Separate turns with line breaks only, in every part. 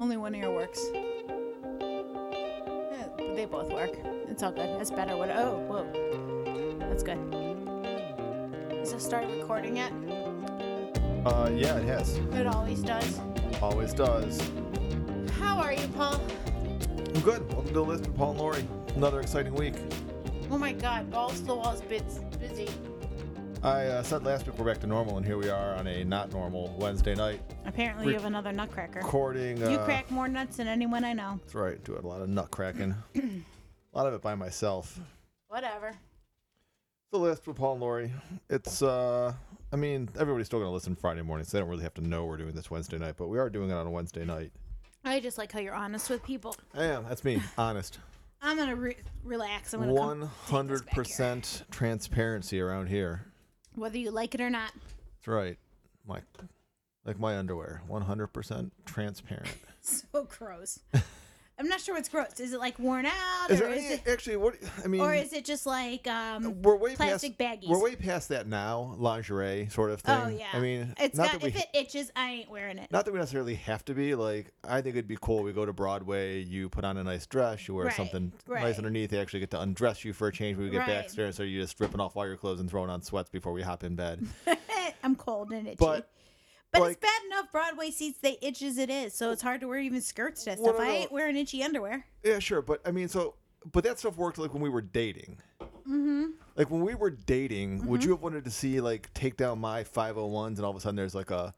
Only one ear works. Eh, but they both work. It's all good. It's better when. Oh, whoa. That's good. Does it start recording yet?
Uh, yeah, it has.
It always does.
Always does.
How are you, Paul?
I'm good. Welcome to Lift with Paul and Lori. Another exciting week.
Oh my god, balls to the walls, bits busy.
I uh, said last week we're back to normal, and here we are on a not normal Wednesday night
Apparently, you have another nutcracker.
recording. Uh,
You crack more nuts than anyone I know.
That's right. Doing a lot of nut cracking. a lot of it by myself.
Whatever.
The Lift with Paul and Lori. It's, uh, I mean, everybody's still going to listen Friday morning, so they don't really have to know we're doing this Wednesday night, but we are doing it on a Wednesday night.
I just like how you're honest with people.
I am. That's me. Honest.
I'm gonna re- relax. I'm gonna come-
100% transparency around here.
whether you like it or not.
That's right. Like like my underwear, 100% transparent.
So gross. I'm not sure what's gross. Is it like worn out,
Is
or
there
is
any,
it,
actually what I mean
or is it just like um?
we're way
plastic
past,
baggies?
We're way past that now, lingerie sort of thing.
Oh yeah.
I mean,
it's
not
got
that we
if it itches, I ain't wearing it.
not that we necessarily have to be like I think it'd be cool we go to Broadway, you put on a nice dress, you wear
Right,
something
right.
nice underneath, they actually get to undress you for a change when we get
Right.
back upstairs, so you're just ripping off all your clothes and throwing on sweats before we hop in bed.
Eh, I'm cold and itchy.
But
But
like-
it's bad enough Broadway seats they itch as it is, so it's hard to wear even skirts to that
Well,
stuff.
no,
I
no.
ain't wearing itchy underwear.
Yeah, sure, but I mean, so but that stuff worked like when we were dating. Mm-hmm. Like when we were dating,
Mm-hmm.
would you have wanted to see like take down my five hundred ones, and all of a sudden there's like a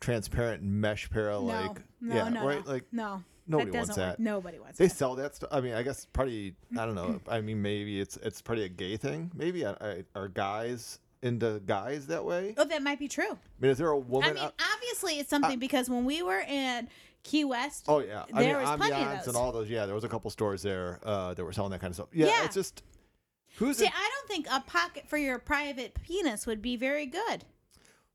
transparent mesh pair of
No,
like
no,
yeah,
no,
right,
no.
like
no.
nobody
that doesn't
wants
work.
that.
Nobody wants
they
that.
sell that stuff. I mean, I guess probably I don't know.
Mm-hmm.
I mean, maybe it's it's probably a gay thing. Maybe I, I, are guys into guys that way? I
Oh, that might be true.
mean, is there a
I
woman?
mean,
out-
obviously it's something because when we were in Key West,
Oh yeah, I
There
mean,
was plenty of
ambiance
those.
and all those. Yeah, there was a couple stores there uh, that were selling that kind of stuff. Yeah,
Yeah.
it's just who's
See,
in-
I don't think a pocket for your private penis would be very good.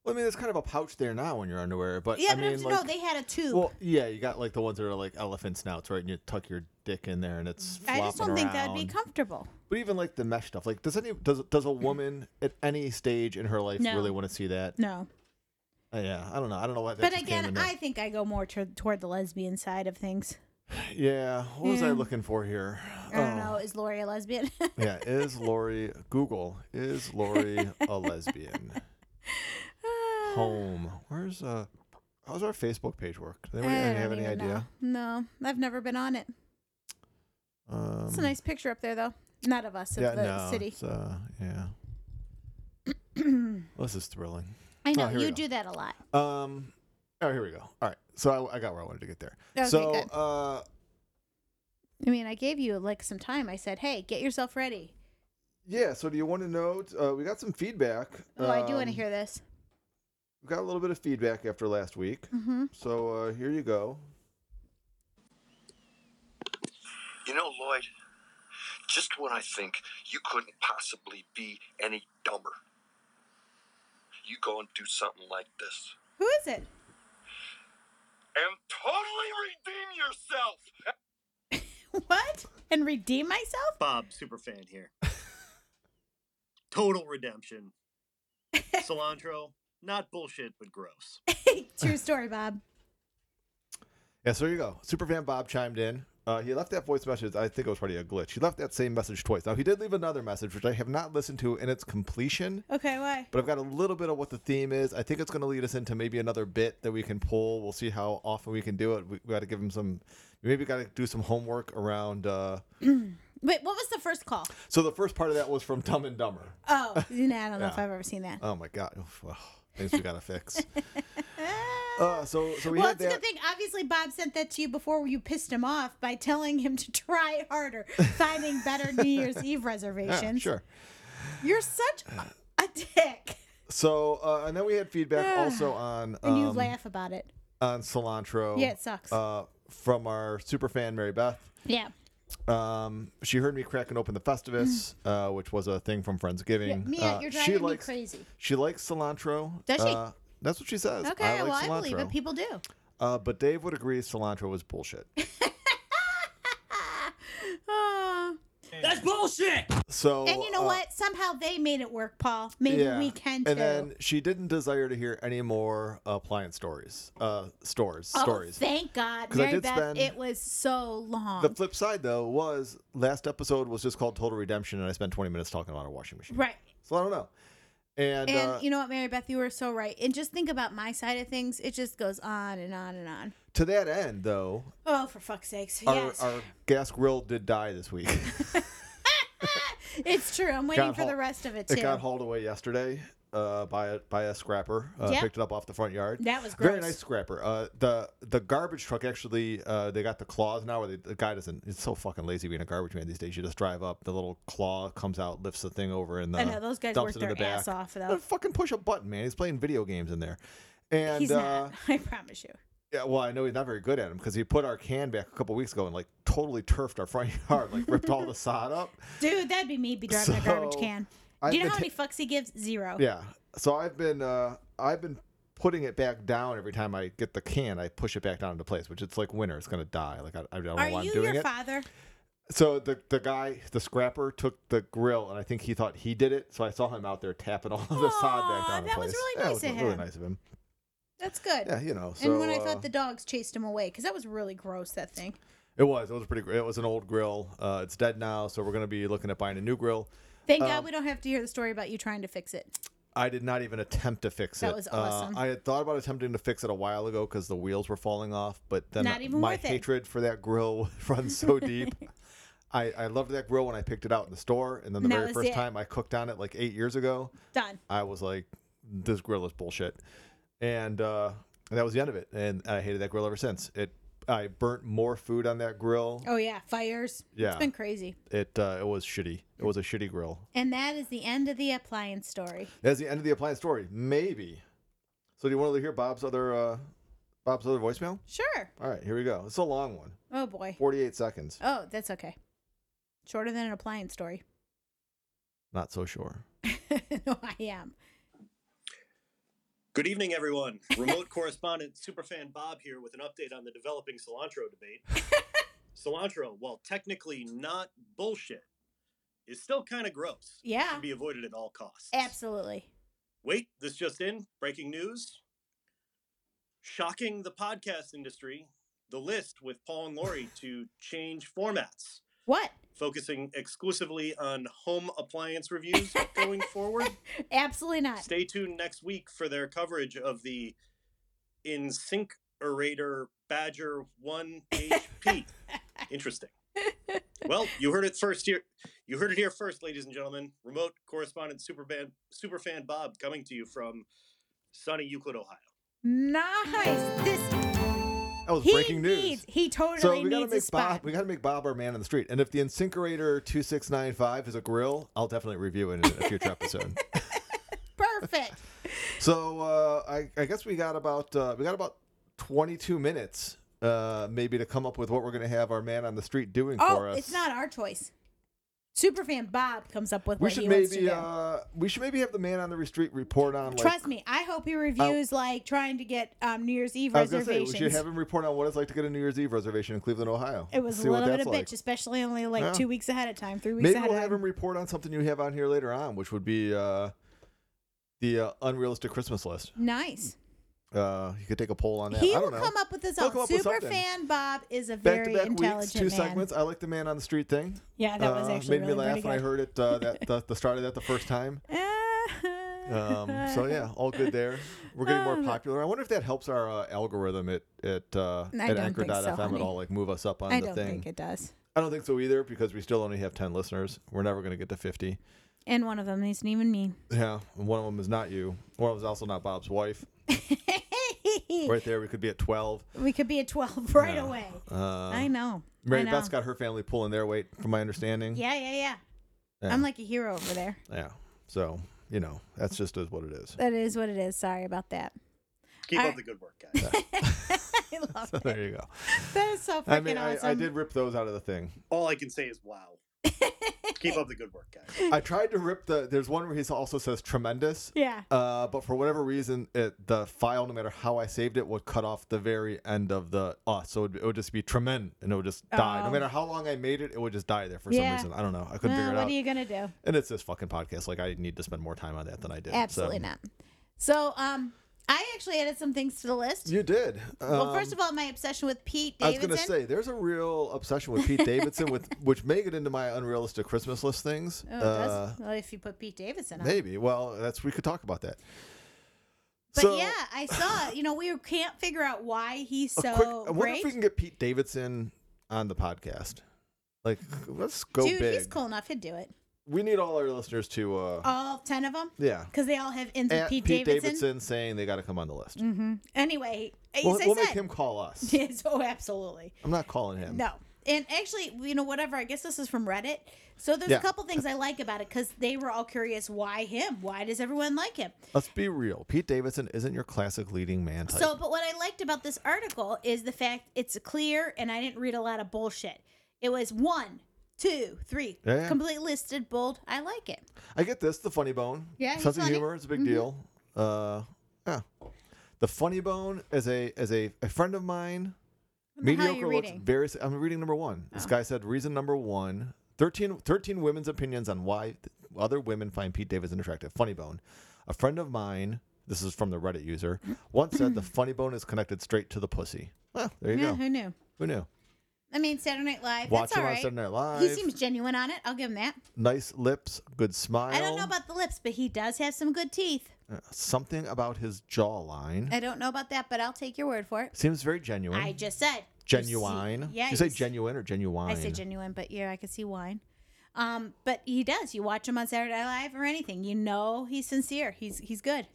Well, I mean, there's kind of a pouch there now in your underwear, but
Yeah,
I
but
mean,
I'm-
like,
no, they had a tube.
well, yeah, you got like the ones that are like elephant snouts, right? And you tuck your dick in there, and it's
Mm, I
flopping
just don't think that'd be
around.
comfortable.
But even like the mesh stuff, like does any does does a woman at any stage in her life
No.
really want to see that?
No,
Uh, yeah, I don't know. I don't know why. That
but
just
again,
came
I think I go more toward toward the lesbian side of things.
I yeah. What was I
Yeah.
looking for here?
I don't
Oh.
know. Is Lori a lesbian?
yeah, is Lori Google? Is Lori a lesbian? Home. Where's uh? How's our Facebook page work? Does
I
anyone
don't
have any
even
idea?
know. No, I've never been on it.
Um,
It's a nice picture up there, though. Not of us, of the city.
It's, uh, yeah. Well, this is thrilling.
I know
Oh, here we
you
go.
do that a lot.
Um, oh, here we go. All right. So I, I got where I wanted to get there.
Okay,
so,
good.
uh,
I mean, I gave you like some time. I said, "Hey, get yourself ready."
yeah. So do you want to know? Uh, we got some feedback.
Oh, I do want to
Um,
hear this.
We got a little bit of feedback after last week.
hmm
So uh, here you go.
You know, Lloyd, just when I think you couldn't possibly be any dumber, you go and do something like this.
Who is it?
And totally redeem yourself!
What? And redeem myself?
Bob, super fan here. Total redemption. Cilantro, not bullshit, but gross.
True story, Bob.
Yeah. So here you go. Superfan Bob chimed in. Uh, he left that voice message. I think it was probably a glitch. He left that same message twice. Now he did leave another message, which I have not listened to in its completion.
Okay, why?
but I've got a little bit of what the theme is. I think it's going to lead us into maybe another bit that we can pull. We'll see how often we can do it. We, we got to give him some. We maybe got to do some homework around. Uh,
Wait, what was the first call?
so the first part of that was from Dumb and Dumber.
Oh, nah, I don't know if
Yeah.
I've ever seen that.
Oh my god, Oof, ugh, things we got to fix. Uh, so so we
well,
had
it's a good
that.
thing. Obviously, Bob sent that to you before you pissed him off by telling him to try harder, finding better New Year's Eve
Yeah,
reservations.
sure.
You're such a- a dick.
So uh, and then we had feedback also on
And you
um,
laugh about it.
on cilantro.
Yeah, it sucks.
Uh, from our super fan Mary Beth.
Yeah.
Um, she heard me cracking open the Festivus, uh, which was a thing from Friendsgiving.
Mia,
uh,
you're
she
driving me
likes-
crazy.
She likes cilantro.
Does she?
Uh, that's what she says.
Okay,
I like
well,
cilantro.
I believe it. People do.
uh, but Dave would agree cilantro was bullshit.
Oh.
That's bullshit.
So
And you know
uh,
what? Somehow they made it work, Paul. Maybe
yeah.
we can too.
And then she didn't desire to hear any more appliance stories, uh, stores,
oh,
stories.
Thank God.
'Cause I
Mary
did
Beth,
spend-
it was so long.
The flip side, though, was last episode was just called Total Redemption, and I spent 20 minutes talking about a washing machine.
right.
So I don't know. And,
And
uh,
you know what, Mary Beth, you were so right. And just think about my side of things. It just goes on and on and on.
to that end, though,
Oh, for fuck's sakes.
our,
yes.
our gas grill did die this week.
it's true. I'm waiting
got
for the
hauled-
rest of it, too.
it got hauled away yesterday uh, by a by a scrapper. Uh,
Yeah.
Picked it up off the front yard.
That was
Very
gross.
nice scrapper. Uh, the the garbage truck actually uh, they got the claws now where they, the guy doesn't. It's so fucking lazy being a garbage man these days. You just drive up, the little claw comes out, lifts the thing over, and uh,
I know, those guys
dumps
work
it in
their
the
ass
back.
off,
Uh,
though.
fucking push a button, man. He's playing video games in there. And
He's
uh,
not. I promise you.
yeah, well, I know he's not very good at him because he put our can back a couple weeks ago and like totally turfed our front yard, like ripped all the sod up.
Dude, that'd be me be driving a garbage
So,
can.
I've
Do you know
been
how
ta-
many fucks he gives? Zero.
Yeah. So I've been uh I've been putting it back down every time I get the can. I push it back down into place, which it's like winter. It's gonna die. Like I, I don't know
Are
why
you
I'm doing
your
it.
father?
so the the guy, the scrapper, took the grill, and I think he thought he did it. So I saw him out there tapping all the sod back
Aw,
down. in
that was
place.
really
yeah,
nice
it was
of
Really
him.
nice of him.
That's good.
Yeah, you know. So,
and when I
uh,
thought the dogs chased him away, because that was really gross, that thing.
it was, it was pretty. gr- It was an old grill. Uh, it's dead now, so we're gonna be looking at buying a new grill.
Thank
Um,
God we don't have to hear the story about you trying to fix it.
I did not even attempt to fix
That
it.
was
Uh,
awesome.
I had thought about attempting to fix it a while ago because the wheels were falling off, but then
Not even
my
worth it.
hatred for that grill runs so deep. I, I loved that grill when I picked it out in the store, and then the
That
very
was
first
it.
time I cooked on it like eight years ago,
Done.
I was like, "This grill is bullshit," and uh, that was the end of it. And I hated that grill ever since. It I burnt more food on that grill.
Oh, yeah. Fires.
Yeah.
It's been crazy.
It uh, it was shitty. It was a shitty grill.
And that is the end of the appliance story.
That's the end of the appliance story. Maybe. So do you want to hear Bob's other uh Bob's other voicemail?
Sure.
All right, here we go. It's a long one.
Oh, boy.
48 seconds.
Oh, that's okay. Shorter than an appliance story.
Not so sure.
no, I am.
Good evening, everyone. Remote correspondent superfan Bob here with an update on the developing cilantro debate. cilantro, while technically not bullshit, is still kind of gross.
Yeah.
Should be avoided at all costs.
Absolutely.
Wait, this just in. Breaking news. Shocking the podcast industry, the list with Paul and Lori to change formats,
What?
focusing exclusively on home appliance reviews going forward.
Absolutely not.
Stay tuned next week for their coverage of the In Sync Orator Badger 1 HP. Interesting. Well, you heard it first here. You heard it here first, ladies and gentlemen. Remote correspondent superfan superfan Bob coming to you from sunny Euclid, Ohio.
Nice. This
That was
he
breaking news.
needs. He totally
so we gotta
needs a
make
spot.
Bob we gotta make Bob our man on the street. And if the Incinerator 2695 is a grill, I'll definitely review it in a future episode.
Perfect.
So uh I, I guess we got about uh we got about 22 minutes uh maybe to come up with what we're gonna have our man on the street doing
oh,
for us.
it's not our choice. Superfan Bob comes up with
We
what
should
he wants to
maybe
do.
uh, we should maybe have the man on the street report on like
Trust me, I hope he reviews like trying to get um, New Year's Eve
Oh. I was gonna say
reservations.
we should have him report on what it's like to get a New Year's Eve reservation in Cleveland, Ohio.
it was
See
a
what
little bit
that's
of
like.
bitch, especially only like
Yeah.
two weeks ahead of time, three weeks
Maybe
ahead
we'll
of
have
time.
him report on something you have on here later on, which would be uh, the uh, unrealistic Christmas list.
nice.
Uh, you could take a poll on that.
he
I
will
don't know.
come up with his
He'll
own.
come up with something.
Superfan Bob is a
Back
very
to back weeks,
intelligent
two
man.
segments. I like the man on the street thing.
Yeah, that was
Uh,
actually
made
really
me laugh
pretty
when I
good.
heard it uh, that the, the start of that the first time. Um, so yeah, all good there. We're getting more popular. I wonder if that helps our uh, algorithm at at, uh,
Um, I
at
don't think so,
Anchor.fm at
honey.
all. Like move us up on
I
the
don't
thing.
think it does.
I don't think so either because we still only have ten listeners. We're never going to get to fifty.
And one of them isn't even me.
Yeah, and one of them is not you. One of them is also not Bob's wife. Right there, we could be at twelve.
we could be at 12 right away.
Uh,
I know. I
Mary
know.
Beth's got her family pulling their weight, from my understanding.
Yeah, yeah, yeah,
Yeah.
I'm like a hero over there.
Yeah. So you know, that's just is what it is.
That is what it is. Sorry about that.
Keep
All
up
right.
the good work, guys.
I love it.
There you go.
That is so freaking
I mean,
awesome.
I, I did rip those out of the thing.
All I can say is wow. Keep up the good work, guys.
I tried to rip the. There's one where he also says tremendous,
yeah.
uh, but for whatever reason, it, the file, no matter how I saved it, would cut off the very end of the us. So it would, it would just be tremend, and it would just die. No
Oh.
matter how long I made it, it would just die there for
Yeah.
some reason. I don't know. I
Well,
couldn't figure it
what
out.
are you gonna do?
and it's this fucking podcast. Like I need to spend more time on that than I did.
Absolutely
so.
not. So, um, I actually added some things to the list.
You did.
well, first of all, my obsession with Pete
Um, I was
Davidson.
gonna say there's a real obsession with Pete Davidson, with which may get into my unrealistic Christmas list things.
oh, it
Uh,
does? Well, if you put Pete Davidson on.
Maybe. Well, that's we could talk about that.
But
so,
yeah, I saw. You know, we can't figure out why he's
a
so
quick- I wonder
great.
if we can get Pete Davidson on the podcast. Like, let's go
Dude,
big.
he's cool enough. He'd do it.
We need all our listeners to, uh,
All ten of them,
yeah.
because they all have ends with
At
Pete, Davidson.
Davidson. saying they got to come on the list.
Anyway, as
We'll,
I
we'll
said,
make him call us.
Yes, oh, absolutely.
I'm not calling him.
No. And actually, you know, whatever. I guess this is from Reddit. So there's
Yeah.
a couple things I like about it because they were all curious why him? Why does everyone like him?
Let's be real. Pete Davidson isn't your classic leading man type.
So, but what I liked about this article is the fact it's clear and I didn't read a lot of bullshit. It was one, two, three,
Yeah, yeah.
complete listed, bold. I like it.
I get this. The funny bone.
Yeah, he's
Sense of
funny. Mm-hmm.
humor is a big deal. Uh, yeah. The funny bone is a is a, a friend of mine.
the hell are you
looks
reading? Oh.
very. s- I'm reading number one. This guy said reason number one. 13, 13 women's opinions on why th- other women find Pete Davidson attractive. Funny bone. A friend of mine. This is from the Reddit user. Once said the funny bone is connected straight to the pussy. Well, there you
Yeah,
go.
who knew?
Who knew?
I mean, Saturday Night Live.
Watch
that's
him
all
on
right.
Saturday Night Live.
He seems genuine on it. I'll give him that.
nice lips, good smile.
I don't know about the lips, but he does have some good teeth.
Uh, something about his jawline.
I don't know about that, but I'll take your word for it.
Seems very genuine.
I just said
genuine.
You see- yeah,
you say
see-
genuine or genuine?
I say genuine, but yeah, I could see wine. Um, but he does. You watch him on Saturday Night Live or anything, you know he's sincere. He's he's good.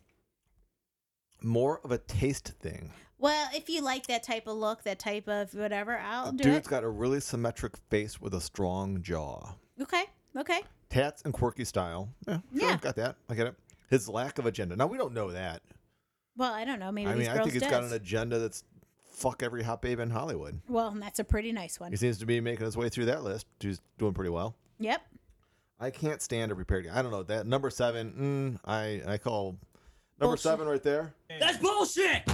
More of a taste thing.
Well, if you like that type of look, that type of whatever, I'll do
Dude's
it.
got a really symmetric face with a strong jaw.
okay, okay.
Tats and quirky style. Yeah, sure,
Yeah.
got that. I get it. His lack of agenda. Now we don't know that.
Well, I don't know. Maybe
I
these
mean, I
girls
think he's
does.
got an agenda that's fuck every hot babe in Hollywood.
well, and that's a pretty nice one.
He seems to be making his way through that list. He's doing pretty well.
Yep.
I can't stand a prepared guy. I don't know that number seven. Mm, I I call number
Bullshit.
seven right there.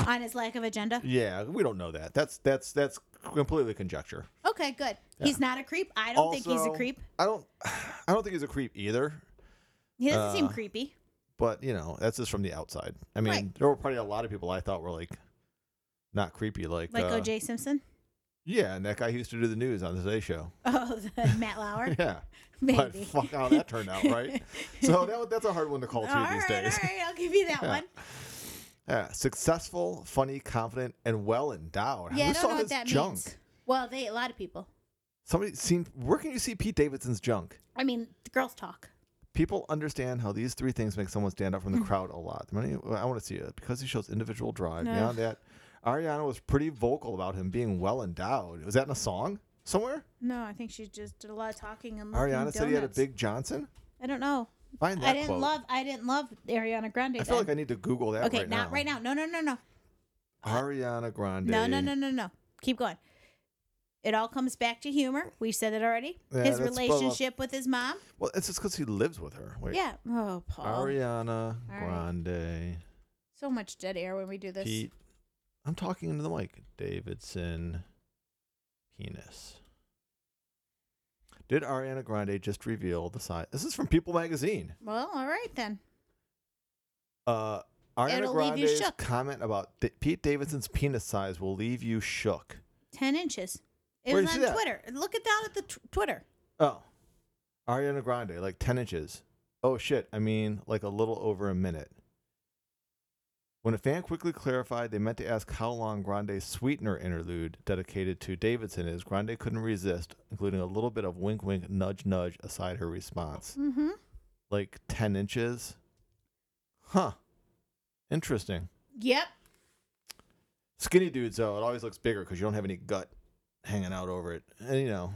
On his lack of agenda.
Yeah, we don't know that. That's that's that's completely conjecture.
Okay, good. He's not a creep. I don't think he's a
Also,
creep.
I don't I don't think he's a creep either.
He doesn't seem
uh,
creepy.
But you know, that's just from the outside. I mean,
Right.
there were probably a lot of people I thought were like not creepy, like
Like
uh,
O.J. Simpson.
Yeah, and that guy who used to do the news on the Today Show.
Oh, the Matt Lauer.
Yeah, but
Maybe.
fuck how that turned out, right? so that that's a hard one to call
All
through
right,
these days.
all right. I'll give you that
Yeah.
one.
Yeah, successful, funny, confident, and well endowed.
Yeah,
Who
I don't
saw
know
his
what that
junk?
means. Well, they a lot of people.
Somebody seen? Where can you see Pete Davidson's junk?
I mean, the girls talk.
People understand how these three things make someone stand out from the
Mm.
crowd a lot. The money, I want to see it because he shows individual drive. Beyond that, Ariana was pretty vocal about him being well endowed. Was that in a song somewhere?
No, I think she just did a lot of talking and
Ariana said he had a big Johnson.
I don't know.
Find that
I didn't
quote.
love. I didn't love Ariana Grande.
I
then.
feel like I need to Google that
okay,
right
not
now.
right now. No, no, no, no,
Ariana Grande.
no, no, no, no, no. Keep going. It all comes back to humor. We said it already.
Yeah,
his
that's full of-
relationship with his mom.
Well, it's just because he lives with her. Wait.
Yeah. Oh, Paul.
Ariana
right.
Grande.
So much dead air when we do this.
Pete. I'm talking into the mic. Davidson penis. Did Ariana Grande just reveal the size? This is from People Magazine.
Well, all right then.
Uh, Ariana
It'll leave you
Grande's
shook.
comment about D- Pete Davidson's penis size will leave you shook.
Ten inches. It
Where
was
do
on
you see that?
Twitter. Look at down at the t- Twitter.
Oh, Ariana Grande, like 10 inches. Oh shit, I mean, like a little over a minute. When a fan quickly clarified they meant to ask how long Grande's sweetener interlude dedicated to Davidson is, Grande couldn't resist, including a little bit of wink wink nudge nudge aside her response.
Mm-hmm.
Like 10 inches? Huh. Interesting.
Yep.
Skinny dudes, though, it always looks bigger because you don't have any gut hanging out over it. And you know,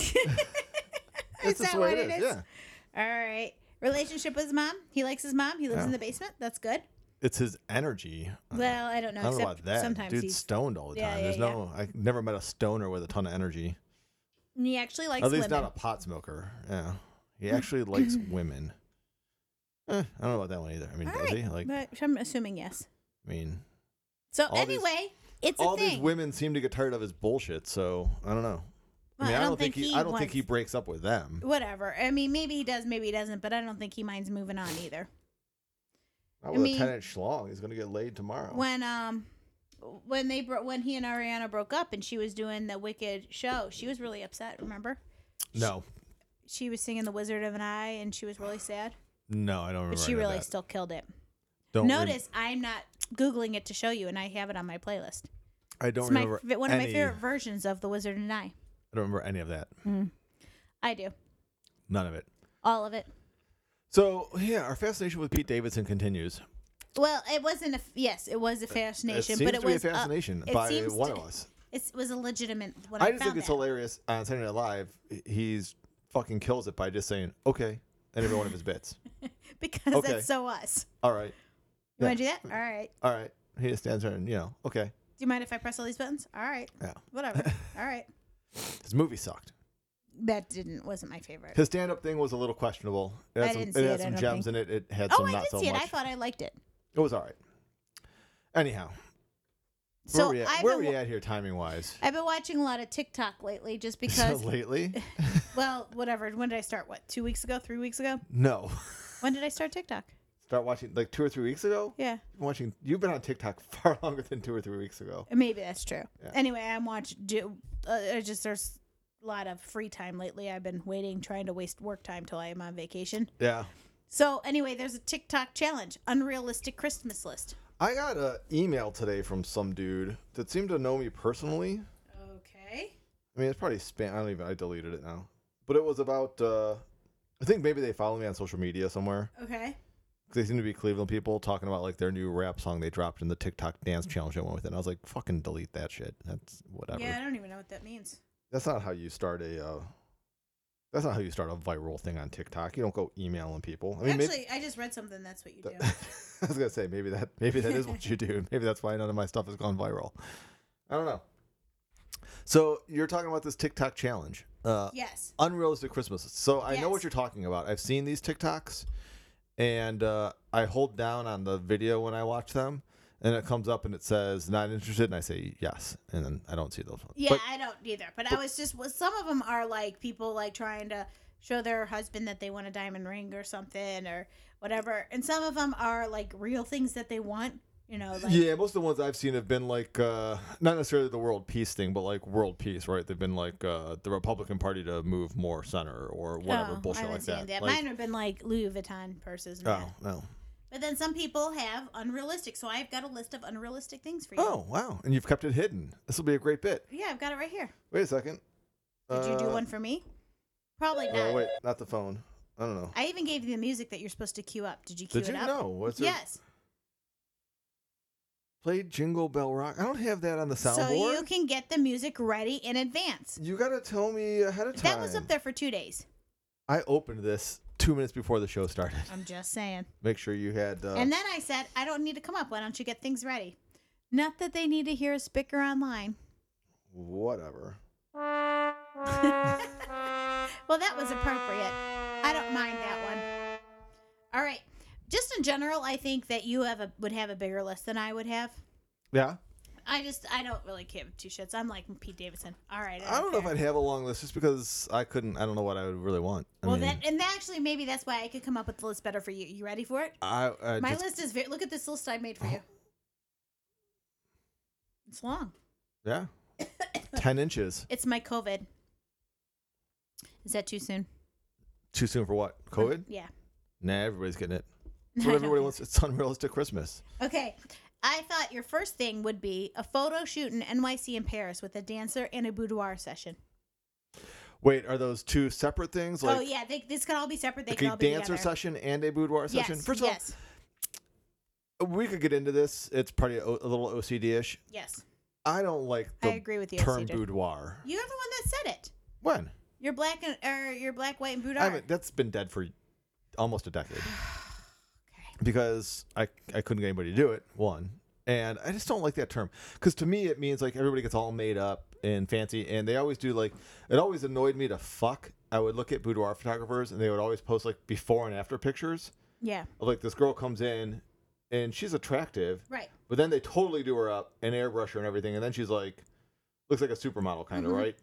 is
it's just
that
the way
what it is?
Yeah.
All right. Relationship with his mom. He likes his mom. He lives
Yeah.
in the basement. That's good.
It's his energy.
Well, I don't know.
I don't know
except
about that.
sometimes
Dude's
he's
stoned all the
Yeah,
time.
yeah,
There's no. I never met a stoner with a ton of energy.
And he actually likes
At least
women.
not a pot smoker. Yeah, he actually likes women. Eh, I don't know about that one either. I mean,
All
does
right,
he? Like,
but I'm assuming yes.
I mean,
So
all these-
anyway, it's
all
a thing.
these women seem to get tired of his bullshit. So I don't know.
Well,
I mean, I don't, think, he. I don't think
wants-
he breaks up with them.
Whatever. I mean, maybe he does, maybe he doesn't, but I don't think he minds moving on either.
Not with
mean-
a ten inch schlong. He's gonna get laid tomorrow.
When um, when they bro- when he and Ariana broke up, and she was doing the Wicked show, she was really upset. Remember,
no,
she was singing The Wizard of an Eye, and she was really sad.
no, I don't remember.
But she
any of
really
that.
still killed it.
don't rem-
Notice I'm not googling it to show you, and I have it on my playlist.
I don't
It's my
remember
fa- one of
any,
my favorite versions of The Wizard and I.
I don't remember any of that.
I do
None of it.
all of it.
So yeah, our fascination with Pete Davidson continues.
Well, it wasn't a yes, it was a fascination,
it seems
but it
to
was
be a fascination
uh, it
by
seems
one
to-
of us.
It was a legitimate. When I,
I just
found
think it's
that.
hilarious on Saturday Night Live. h- He's fucking kills it by just saying okay and every one of his bits.
because
Okay.
that's so us.
All
You
right, Yeah.
want to do that? All right.
all right. He just stands there and you know okay.
Do you mind if I press all these buttons? All right.
Yeah,
Whatever. all right.
his movie sucked.
That didn't wasn't my favorite.
His stand up thing was a little questionable. It had
I
some,
didn't see
had
it, I
some
don't
gems in it. It had
Oh,
some
I
not
did
so
see it.
much.
I thought I liked it.
It was all right. Anyhow, where
So
we at?
I've
where
been,
we
wa-
at here timing wise?
I've been watching a lot of TikTok lately, just
So
because.
lately,
well, whatever. When did I start? What? Two weeks ago? Three weeks ago?
no.
When did I start TikTok?
Start watching like two or three weeks ago.
Yeah.
Watching you've been on TikTok far longer than two or three weeks ago.
Maybe that's true.
Yeah.
Anyway, I'm watching. Do uh, I just there's a lot of free time lately. I've been waiting, trying to waste work time till I am on vacation.
Yeah.
So anyway, there's a TikTok challenge, unrealistic Christmas list.
I got an email today from some dude that seemed to know me personally.
Okay.
I mean, it's probably spam. I don't even. I deleted it now. But it was about. Uh, I think maybe they follow me on social media somewhere.
Okay.
'Cause They seem to be Cleveland people talking about like their new rap song they dropped in the TikTok dance challenge I went with, it. and I was like, "Fucking delete that shit. That's whatever.
Yeah, I don't even know what that means.
That's not how you start a. Uh, that's not how you start a viral thing on TikTok. You don't go emailing people. I mean, maybe-
Actually, I just read something. That's what you do.
I was gonna say maybe that maybe that is what you do. Maybe that's why none of my stuff has gone viral. I don't know. So you're talking about this TikTok challenge, uh,
yes.
unrealistic Christmas. So I know
Yes.
what you're talking about. I've seen these TikToks, and uh, I hold down on the video when I watch them, and it comes up and it says not interested, and I say yes, and then I don't see those ones.
Yeah,
But
I don't either. But, I was just well, some of them are like people like trying to show their husband that they want a diamond ring or something or whatever, and some of them are like real things that they want. You know, like
yeah, most of the ones I've seen have been like uh, not necessarily the world peace thing, but like world peace, right? They've been like uh, the Republican Party to move more center or whatever
oh, I
bullshit
haven't
like
seen
that.
that.
Like,
Mine have been like Louis Vuitton purses. And
oh
that.
no!
But then some people have unrealistic. So I've got a list of unrealistic things for you.
Oh wow! And you've kept it hidden. This will be a great bit.
Yeah, I've got it right here.
Wait a second.
Did you do
Uh,
one for me? Probably not.
Oh wait, not the phone. I don't know.
I even gave you the music that you're supposed to queue up. Did you queue
Did
it
you
up?
know? What's it?
yes.
Play Jingle Bell Rock. I don't have that on the
So
soundboard.
you can get the music ready in advance.
You gotta tell me ahead of time.
That was up there for two days.
I opened this two minutes before the show started.
I'm just saying.
Make sure you had. Uh,
and then I said, I don't need to come up. Why don't you get things ready? Not that they need to hear a spicker online.
whatever.
Well, that was appropriate. I don't mind that one. All right. Just in general, I think that you have a would have a bigger list than I would have.
Yeah.
I just I don't really give two shits. I'm like Pete Davidson. All right.
I don't know if
care.
I'd have a long list just because I couldn't. I don't know what I would really want. I
Well,
mean,
that and actually maybe that's why I could come up with the list better for you. You ready for it?
I, I
My
just, Oh.
list is very. Look at this list I made for you. It's long.
yeah, ten inches.
It's my COVID. Is that too soon?
Too soon for what? COVID?
Yeah.
Nah, everybody's getting it.
I
It's What
don't
everybody
know.
wants. It's unrealistic Christmas.
Okay. I thought your first thing would be a photo shoot in NYC and Paris with a dancer and a boudoir session.
Wait, are those two separate things? Like
oh yeah, they, this could all be separate. They
like a
could all be
dancer
together.
session and a boudoir
Yes.
session. First of
yes.
all, we could get into this. It's probably a, a little OCD ish.
Yes.
I don't like
I
the
agree with you,
term
OCD.
boudoir.
You're the one that said it.
When?
You're black and or you're black, white, and boudoir.
I mean, that's been dead for almost a decade. Because I, I couldn't get anybody to do it, one. And I just don't like that term. Because to me, it means like everybody gets all made up and fancy, and they always do like it. Always annoyed me to fuck. I would look at boudoir photographers, and they would always post like before and after pictures
Yeah.
of like this girl comes in, and she's attractive,
Right.
but then they totally do her up and airbrush her and everything, and then she's like, looks like a supermodel kind of,
Mm-hmm.
right?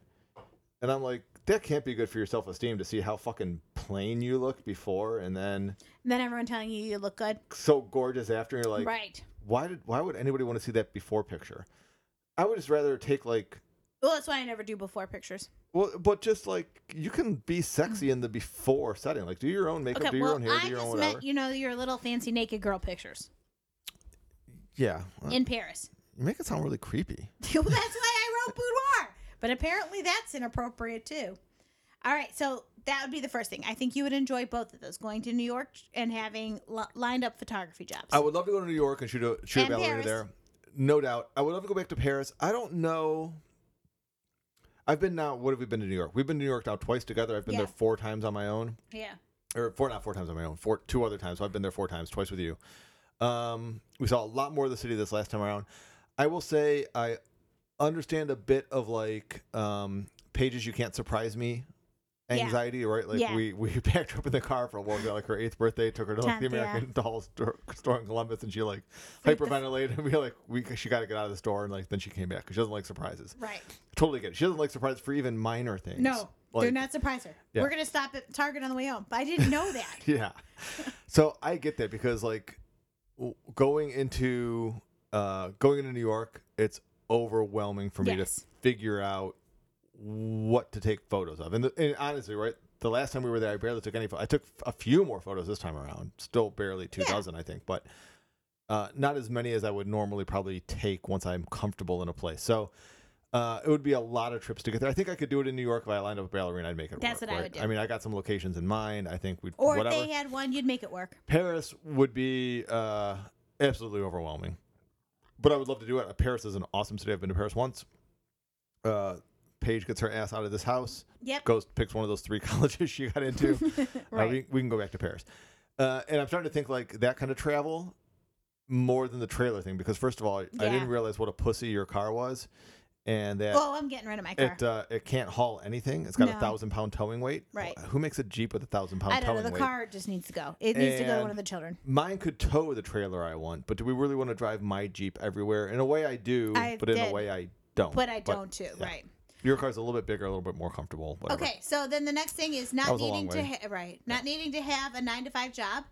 And I'm like, that can't be good for your self esteem to see how fucking plain you look before and then
And then everyone telling you you look good.
so gorgeous after. And you're like,
right.
why did why would anybody want to see that before picture? I would just rather take like
Well, that's why I never do before pictures.
well, but just like you can be sexy in the before setting. Like, do your own makeup,
Mm-hmm. Okay.
do your
well,
own hair,
I
do your
just
own
meant
whatever.
you know your little fancy naked girl pictures
Yeah, Uh,
in Paris.
you make it sound really creepy.
well, that's why I wrote boudoir. But apparently that's inappropriate too. All right, so that would be the first thing. I think you would enjoy both of those: going to New York and having li- lined up photography jobs.
I would love to go to New York and shoot a shoot
And
a ballerina
Paris.
there, no doubt. I would love to go back to Paris. I don't know. I've been now. What have we been to New York? We've been to New York now twice together. I've been
Yeah.
there four times on my own.
yeah,
or four not four times on my own four two other times so i've been there four times twice with you um we saw a lot more of the city this last time around i will say i understand a bit of like um pages you can't surprise me
Yeah.
anxiety right like
Yeah.
we we packed her up in the car for what was it, like her eighth birthday took her to like, the
Tenth, yeah.
american doll store, store in columbus and she like
Freaked the f-
hyperventilated and we like we she got to get out of the store and like then she came back because she doesn't like surprises
right.
totally good she doesn't like surprises for even minor things
No, do
Like-
not surprise her.
Yeah.
We're gonna stop at Target on the way home. But I didn't know that.
yeah. So I get that because like w- going into uh going into New York, it's overwhelming for me
Yes.
to figure out what to take photos of. And, the, and honestly, right, the last time we were there, I barely took any. pho- I took a few more photos this time around. Still barely two
Yeah.
dozen, I think, but uh, not as many as I would normally probably take once I'm comfortable in a place. So. Uh, it would be a lot of trips to get there. I think I could do it in New York if I lined up a ballerina. I'd make it
That's
work.
what I
right?
would do.
I mean, I got some locations in mind. I think we'd
Or
whatever.
if they had one, you'd make it work.
Paris would be uh, absolutely overwhelming, but I would love to do it. Uh, Paris is an awesome city. I've been to Paris once. Uh, Paige gets her ass out of this house,
Yep.
goes picks one of those three colleges she got into. Uh,
Right.
we, we can go back to Paris, uh, and I'm starting to think like that kind of travel more than the trailer thing because first of all, I
Yeah.
didn't realize what a pussy your car was, and that
oh, I'm getting rid of my car.
it uh, it can't haul anything. It's got a
No.
thousand pound towing weight.
Right.
Who makes a jeep with a thousand pound
I don't know.
towing
The
weight?
car just needs to go. It needs to go to one
And-
of the children.
mine could tow the trailer I want, but do we really want to drive my Jeep everywhere? In a way, I do,
I
but in
did.
a way, I don't.
But I don't too.
yeah.
Right.
Your car's a little bit bigger, a little bit more comfortable. Whatever.
Okay, so then the next thing is
That
not
was a long
needing to
way.
ha- right, not needing to have a 9 to 5 job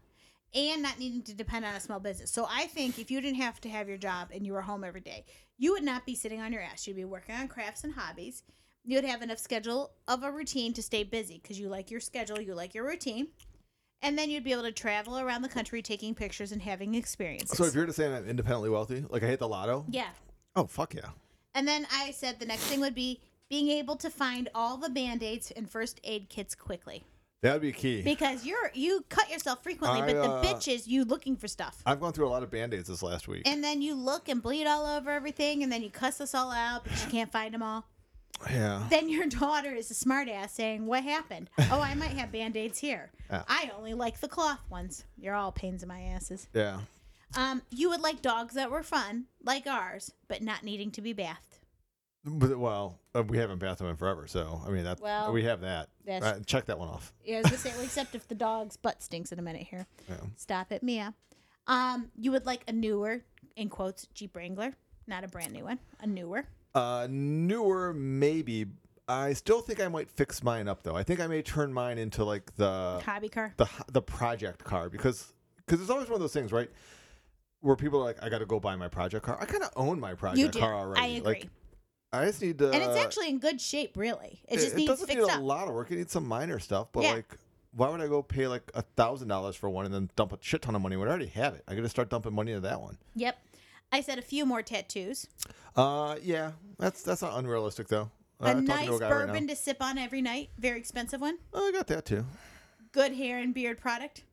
and not needing to depend on a small business. So I think if you didn't have to have your job and you were home every day, you would not be sitting on your ass. You'd be working on crafts and hobbies. You'd have enough schedule of a routine to stay busy because you like your schedule, you like your routine. And then you'd be able to travel around the country taking pictures and having experiences.
So if you're just saying I'm independently wealthy, like I hit the lotto,
yeah.
oh fuck yeah,
And then I said the next thing would be being able to find all the band-aids and first aid kits quickly.
that would be key.
Because you're you cut yourself frequently,
I,
but the
uh,
bitch is you looking for stuff.
I've gone through a lot of band aids this last week.
and then you look and bleed all over everything, and then you cuss us all out because you can't find them all.
yeah,
Then your daughter is a smart ass saying, What happened? Oh, I might have band aids here.
Ah.
I only like the cloth ones. You're all pains in my asses.
yeah.
Um, you would like dogs that were fun, like ours, but not needing to be bathed.
But, well, uh, we haven't bathed them in forever, so I mean that
Well,
we have that.
that's-
Uh, check that one off.
Yeah, I was gonna say, well, except if the dog's butt stinks in a minute here.
Yeah.
Stop it, Mia. Um, you would like a newer, in quotes, Jeep Wrangler, not a brand new one, a newer.
Uh, newer, maybe. I still think I might fix mine up though. I think I may turn mine into like the
hobby car.
the the project car because because it's always one of those things, right? Where people are like, I got to go buy my project car. I kind of own my project
You do.
car already.
I agree.
Like, I just need to.
and it's actually in good shape, really. It just
uh, it
needs
doesn't
fixed
need a
up.
lot of work. It needs some minor stuff, but
Yeah.
like, why would I go pay like a thousand dollars for one and then dump a shit ton of money when I already have it? I got to start dumping money into that one.
Yep. I said a few more tattoos.
Uh, yeah, that's that's not unrealistic though.
a
Uh, I'm
nice
talking to a guy right
bourbon
now.
to sip on every night. Very expensive one.
Oh, I got that too.
Good hair and beard product.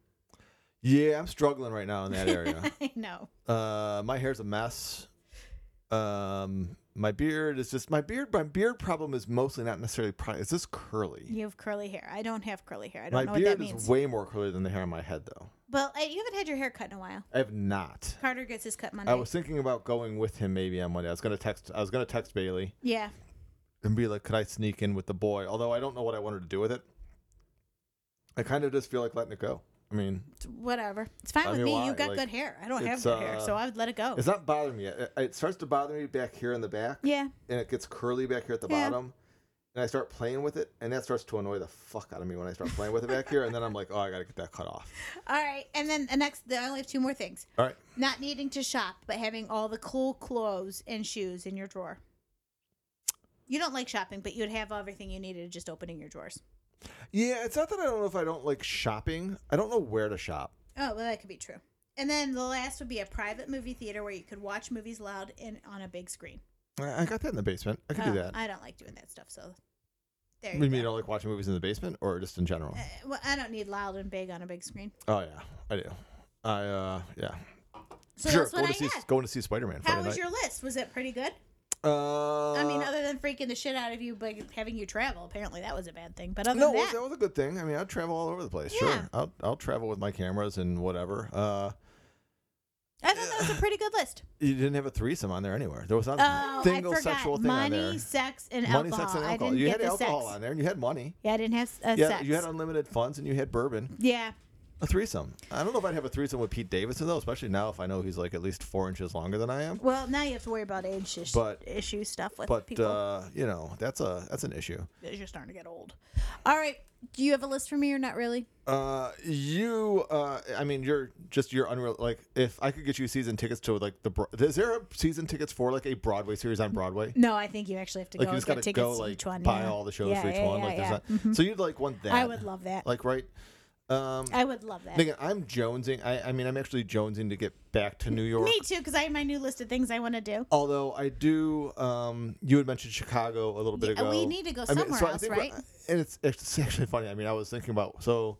Yeah, I'm struggling right now in that area.
I know.
Uh, my hair's a mess. Um, my beard is just my beard. My beard problem is mostly not necessarily. Pro- it's just curly.
You have curly hair. I don't have curly hair. I
my
don't know what that
beard is
means.
way more curly than the hair on my head, though.
well, I, you haven't had your hair cut in a while.
I have not.
Carter gets his cut Monday.
I was thinking about going with him maybe on Monday. I was gonna text. I was gonna text Bailey
yeah.
and be like, could I sneak in with the boy? Although I don't know what I wanted to do with it. I kind of just feel like letting it go. I mean,
It's Whatever. It's fine
I
with
mean,
me.
why?
You got
Like,
good hair. I don't have
it's,
good hair,
uh,
so I would let it go.
it's not bothering me. It, it starts to bother me back here in the back.
Yeah.
And it gets curly back here at the
Yeah.
bottom. And I start playing with it, and that starts to annoy the fuck out of me when I start playing with it back here. And then I'm like, oh, I gotta get that cut off.
All right. And then the next, I only have two more things.
All right.
Not needing to shop, but having all the cool clothes and shoes in your drawer. You don't like shopping, but you'd have everything you needed just opening your drawers.
Yeah, it's not that I don't know if I don't like shopping. I don't know where to shop.
Oh, well, that could be true. And then the last would be a private movie theater where you could watch movies loud and on a big screen.
I I got that in the basement. I could
Oh,
do that.
I don't like doing that stuff, so there
You
you
mean you
go.
don't like watching movies in the basement, or just in general?
Uh, well, I don't need loud and big on a big screen.
Oh yeah, I do. I uh yeah.
So
sure,
that's what
going
I
to see
had.
going to see Spider Man.
How was your list? Was it pretty good?
Uh,
I mean, other than freaking the shit out of you by having you travel, apparently that was a bad thing. But other
no,
than
well,
that,
that was a good thing. I mean, I'd travel all over the place.
Yeah.
Sure, I'll I'll travel with my cameras and whatever. Uh,
I thought that was a pretty good list.
you didn't have a threesome on there anywhere. There was not
Oh,
a single
I forgot.
sexual thing
money,
on there.
sex, and
Money,
alcohol.
sex, and
I
alcohol.
didn't
you
get
had
the
alcohol
sex.
on there, and you had money.
Yeah, I didn't have uh,
Yeah,
sex.
you had unlimited funds, and you had bourbon.
yeah.
A threesome. I don't know if I'd have a threesome with Pete Davidson though, especially now if I know he's like at least four inches longer than I am.
Well, now you have to worry about age is-
But-
issue stuff with
But
people.
uh, you know, that's a that's an issue.
as you're starting to get old. All right. Do you have a list for me or not really?
Uh, you, uh, I mean, you're just you're unreal. Like, if I could get you season tickets to like the, Bro- is there a season tickets for like a Broadway series on Broadway?
No, I think you actually have to
Like,
go
you
and
just
get
gotta
tickets
go
to
like
each one.
buy
yeah.
all the shows
yeah,
for each
yeah,
one.
Yeah,
like,
yeah. Mm-hmm.
there's not. So you'd like want that.
I would love that.
Like, right? Um,
I would love that.
again, I'm jonesing. I, I mean, I'm actually jonesing to get back to New York.
Me too, because I have my new list of things I want to do.
Although I do, um, you had mentioned Chicago a little bit
Yeah,
ago.
we need to go somewhere else,
we're-
right?
And it's it's actually funny. I mean, I was thinking about so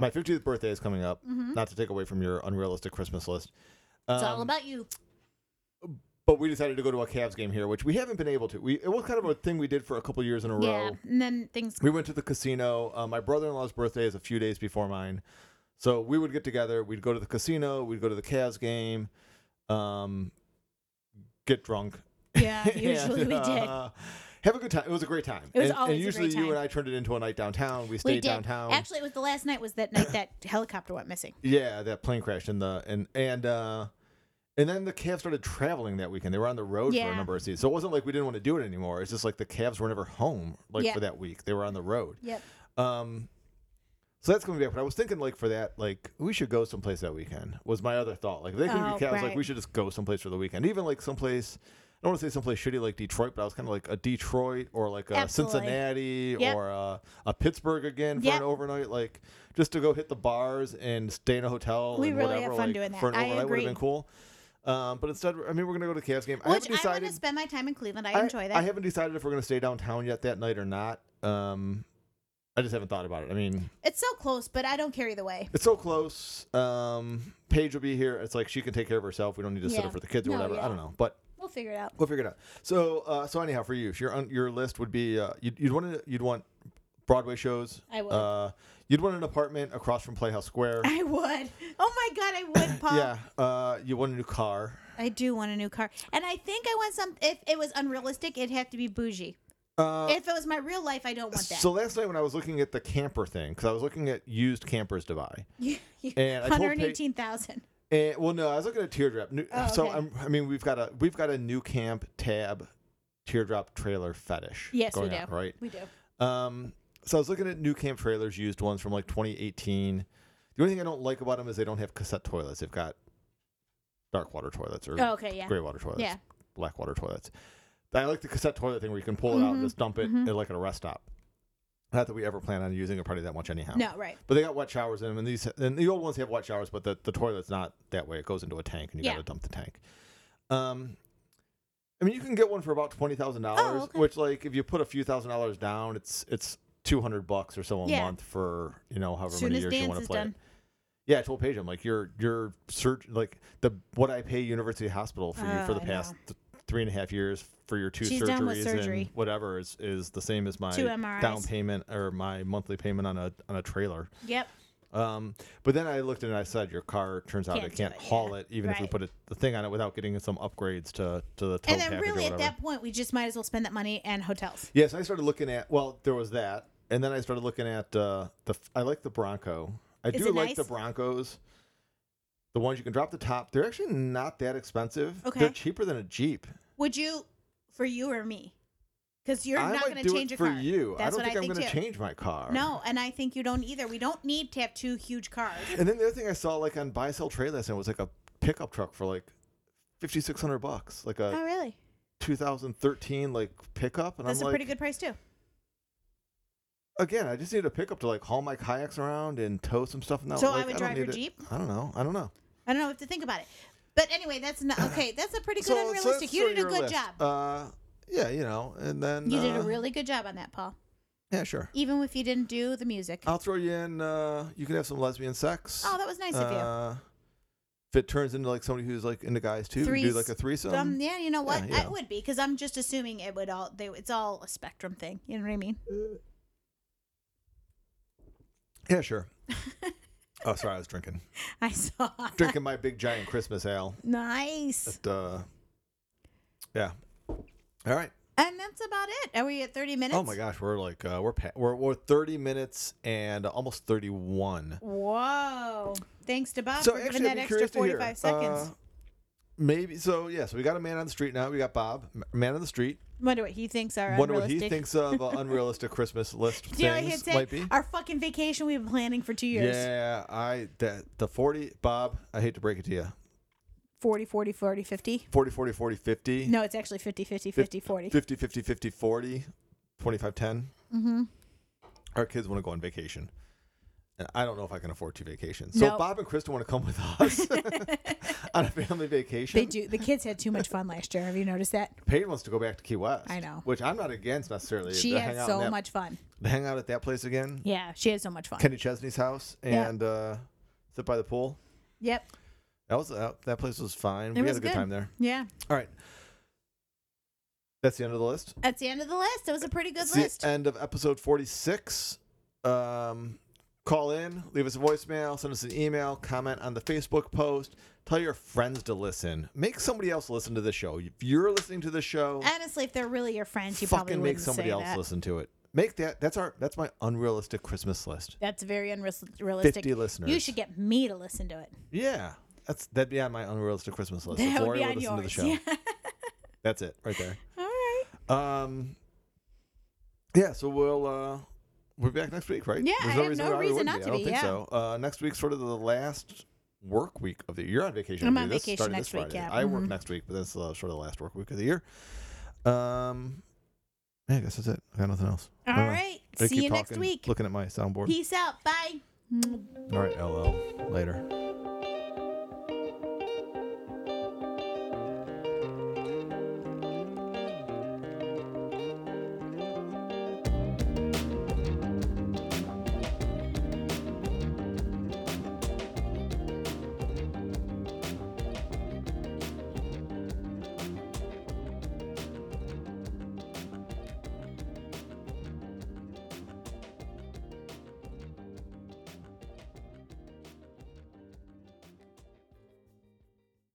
my 50th birthday is coming up.
Mm-hmm.
Not to take away from your unrealistic Christmas list, Um,
It's all about you.
but we decided to go to a Cavs game here, which we haven't been able to. We it was kind of a thing we did for a couple years in a
Yeah.
row.
And then things.
We went to the casino. Uh, my brother-in-law's birthday is a few days before mine, so we would get together. We'd go to the casino. We'd go to the Cavs game. Um, get drunk
Yeah, usually we did.
uh, have a good time. It was a great time.
It was
and,
always a
and
great
usually
time.
you and I turned it into a night downtown. We
We
stayed
did.
downtown.
Actually, it was the last night. Was that night that helicopter went missing?
yeah, that plane crash and the and and uh and then the Cavs started traveling that weekend. They were on the road for
Yeah.
a number of seasons. So it wasn't like we didn't want to do it anymore. It's just like the Cavs were never home like
Yeah.
for that week. They were on the road.
Yep.
Um so that's coming back. But I was thinking like for that, like we should go someplace that weekend was my other thought. Like if they could
Oh,
get Cavs,
right.
like we should just go someplace for the weekend. Even like someplace I don't want to say someplace shitty like Detroit, but I was kind of like a Detroit or like a
Absolutely.
Cincinnati
Yep.
or a, a Pittsburgh again for
Yep.
an overnight, like just to go hit the bars and stay in a hotel.
We
and
really
whatever,
had fun
like,
doing that.
For an
I
overnight would have
agree.
been cool. Um, but instead, I mean, we're gonna go to the Cavs game. I
Which
haven't
I want
decided.
to spend my time in Cleveland. I
I-
enjoy that.
I haven't decided if we're gonna stay downtown yet that night or not. Um, I just haven't thought about it. I mean,
it's so close, but I don't care either way.
it's so close. Um, Paige will be here. It's like she can take care of herself. We don't need to sit
Yeah.
up for the kids or
No,
whatever.
yeah.
I don't know, but
We'll figure it out.
We'll figure it out. So, uh, so anyhow, for you, if your your list would be uh, you'd, you'd want to, you'd want Broadway shows.
I would.
Uh, you'd want an apartment across from Playhouse Square.
I would. Oh my god, I would, Paul.
yeah. Uh, you want a new car.
I do want a new car, and I think I want some. If it was unrealistic, it'd have to be bougie.
Uh,
if it was my real life, I don't want that.
so last night when I was looking at the camper thing, because I was looking at used campers to buy. and I
One
told
hundred
Pei-
eighteen thousand.
And, well, no, I was looking at Teardrop. New,
Oh,
So
okay.
I'm, I mean, we've got a we've got a new camp tab, Teardrop trailer fetish.
Yes, we
going
do.
on, right.
We do.
Um, so I was looking at new camp trailers, used ones from like 2018. The only thing I don't like about them is they don't have cassette toilets. They've got dark water toilets or
Oh, okay, yeah.
gray water toilets,
Yeah.
black water toilets. I like the cassette toilet thing where you can pull it out
Mm-hmm.
and just dump it at like at a rest stop. Not that we ever plan on using it probably that much anyhow.
No, right.
But they got wet showers in them, and these and the old ones have wet showers, but the, the toilet's not that way. It goes into a tank, and you
Yeah.
got to dump the tank. Um, I mean, you can get one for about twenty thousand
Oh,
dollars,
okay.
which like if you put a few thousand dollars down, it's it's two hundred bucks or so a
Yeah.
month for you know however
As soon
many
as
years you
dance
want to
is
play.
done.
It. Yeah, I told Paige, I'm like, you're you're search like the what I pay University Hospital for you
Oh,
for the
I
past th- three and a half years for your two
She's
surgeries
done with
and
surgery.
whatever is is the same as my
Two MRIs.
down payment or my monthly payment on a on a trailer.
Yep.
Um, but then I looked and I said, your car turns out
Can't
it
do
can't
it,
haul
yeah.
it, even if we
Right.
put a, the thing on it without getting some upgrades to to the tow
and then
package
really
or
at
whatever.
that point, we just might as well spend that money and hotels.
Yes, I started looking at. Well, there was that, and then I started looking at uh, the. I like the Bronco. I
Is
do
it
like the
nice?
Broncos. The ones you can drop the top. They're actually not that expensive.
Okay.
They're cheaper than a Jeep.
Would you, for you or me? Because you're
I
not
might
going to
do
change
it
your
for
car.
you.
That's
I don't
what
think
I
am
think
going to
too.
change my car.
No, and I think you don't either. We don't need to have two huge cars.
And then the other thing I saw like on buy sell trade last night was like a pickup truck for like fifty six hundred bucks, like a
oh, really?
2013 like pickup, and
That's
I'm
a
like,
pretty good price too.
again, I just need a pickup to like haul my kayaks around and tow some stuff. No,
So I
like,
would
don't
drive your
need it.
Jeep?
I don't know. I don't know.
I don't know. We have to think about it. But anyway, that's not okay. That's a pretty good
that's
unrealistic. you
sort
did
of
a
your
good
list.
job.
Uh, yeah, you know, and then
you did a
uh,
really good job on that, Paul.
yeah, sure.
Even if you didn't do the music.
I'll throw you in. Uh, you can have some lesbian sex.
Oh, that was nice of you.
Uh, if it turns into like somebody who's like into guys too,
Threes-
do like a threesome.
Um, yeah, you know what?
yeah, yeah.
I would be because I'm just assuming it would all. They, it's all a spectrum thing. You know what I mean?
Yeah, sure. oh, sorry, I was drinking,
I saw.
drinking my big giant Christmas ale.
nice.
But, uh, yeah. All right.
And that's about it. Are we at 30 minutes?
Oh my gosh, we're like uh, we're, pa- we're we're 30 minutes and almost 31.
Whoa! Thanks to Bob
so
for
actually,
giving that
I'd be
extra
curious to hear,
45 seconds.
uh, maybe so. Yeah. So we got a man on the street now. We got Bob, m- man on the street.
Wonder what he thinks are
Wonder what
unrealistic.
he thinks of uh, unrealistic Christmas list
Do you know what he'd
things
say?
might be.
Our fucking vacation we've been planning for two years.
Yeah, I that the 40 Bob. I hate to break it to you.
40, 40, 40, 50.
40, 40, 40, 50.
No, it's actually 50, 50, 50, 40.
50, 50, 50, 40, 25, 10.
Mm-hmm.
Our kids want to go on vacation. And I don't know if I can afford two vacations. So
No.
if Bob and Krista want to come with us on a family vacation.
They do. The kids had too much fun last year. Have you noticed that?
Paige wants to go back to Key West.
I know.
Which I'm not against necessarily.
She
to
had
hang out in
so
that-
much fun.
to hang out at that place again.
Yeah, she had so much fun.
Kenny Chesney's house
Yeah.
and uh, sit by the pool.
yep.
That was uh, that place was fine.
It
we
was
had a good,
good.
time there.
Yeah.
All right, that's the end of the list.
That's the end of the list. It was a pretty good
It's
list.
the end of episode forty six. Um, call in, leave us a voicemail, send us an email, comment on the Facebook post, tell your friends to listen, make somebody else listen to the show. If you're listening to the show,
Honestly, if they're really your friends, you probably
fucking
wouldn't
make somebody
say
else
that.
listen to it. Make that that's our that's my unrealistic Christmas list.
That's very unrealistic.
50 listeners.
You should get me to listen to it.
Yeah. That's that'd be on my unrealistic Christmas list. If
That would
Lori
be
will
on
listen to the
yours.
show.
Yeah.
That's it right there.
All right.
Um, yeah, so we'll uh, we'll be back next week, right?
Yeah, I have no
why we
reason
wouldn't
not
be.
to
I don't
be,
think
yeah.
so. Uh, next week's sort of the last work week of the year. You're on vacation.
I'm
I
on
believe. This
vacation
started
next
this
week,
Friday.
yeah.
I work
Mhm.
next week, but that's uh, sort of the last work week of the year. Um, yeah, I guess that's it. I got nothing else. I
All
don't know.
right.
I
See
keep
you next
talking,
week.
Looking at my soundboard.
Peace out. Bye.
All right, LL. Later.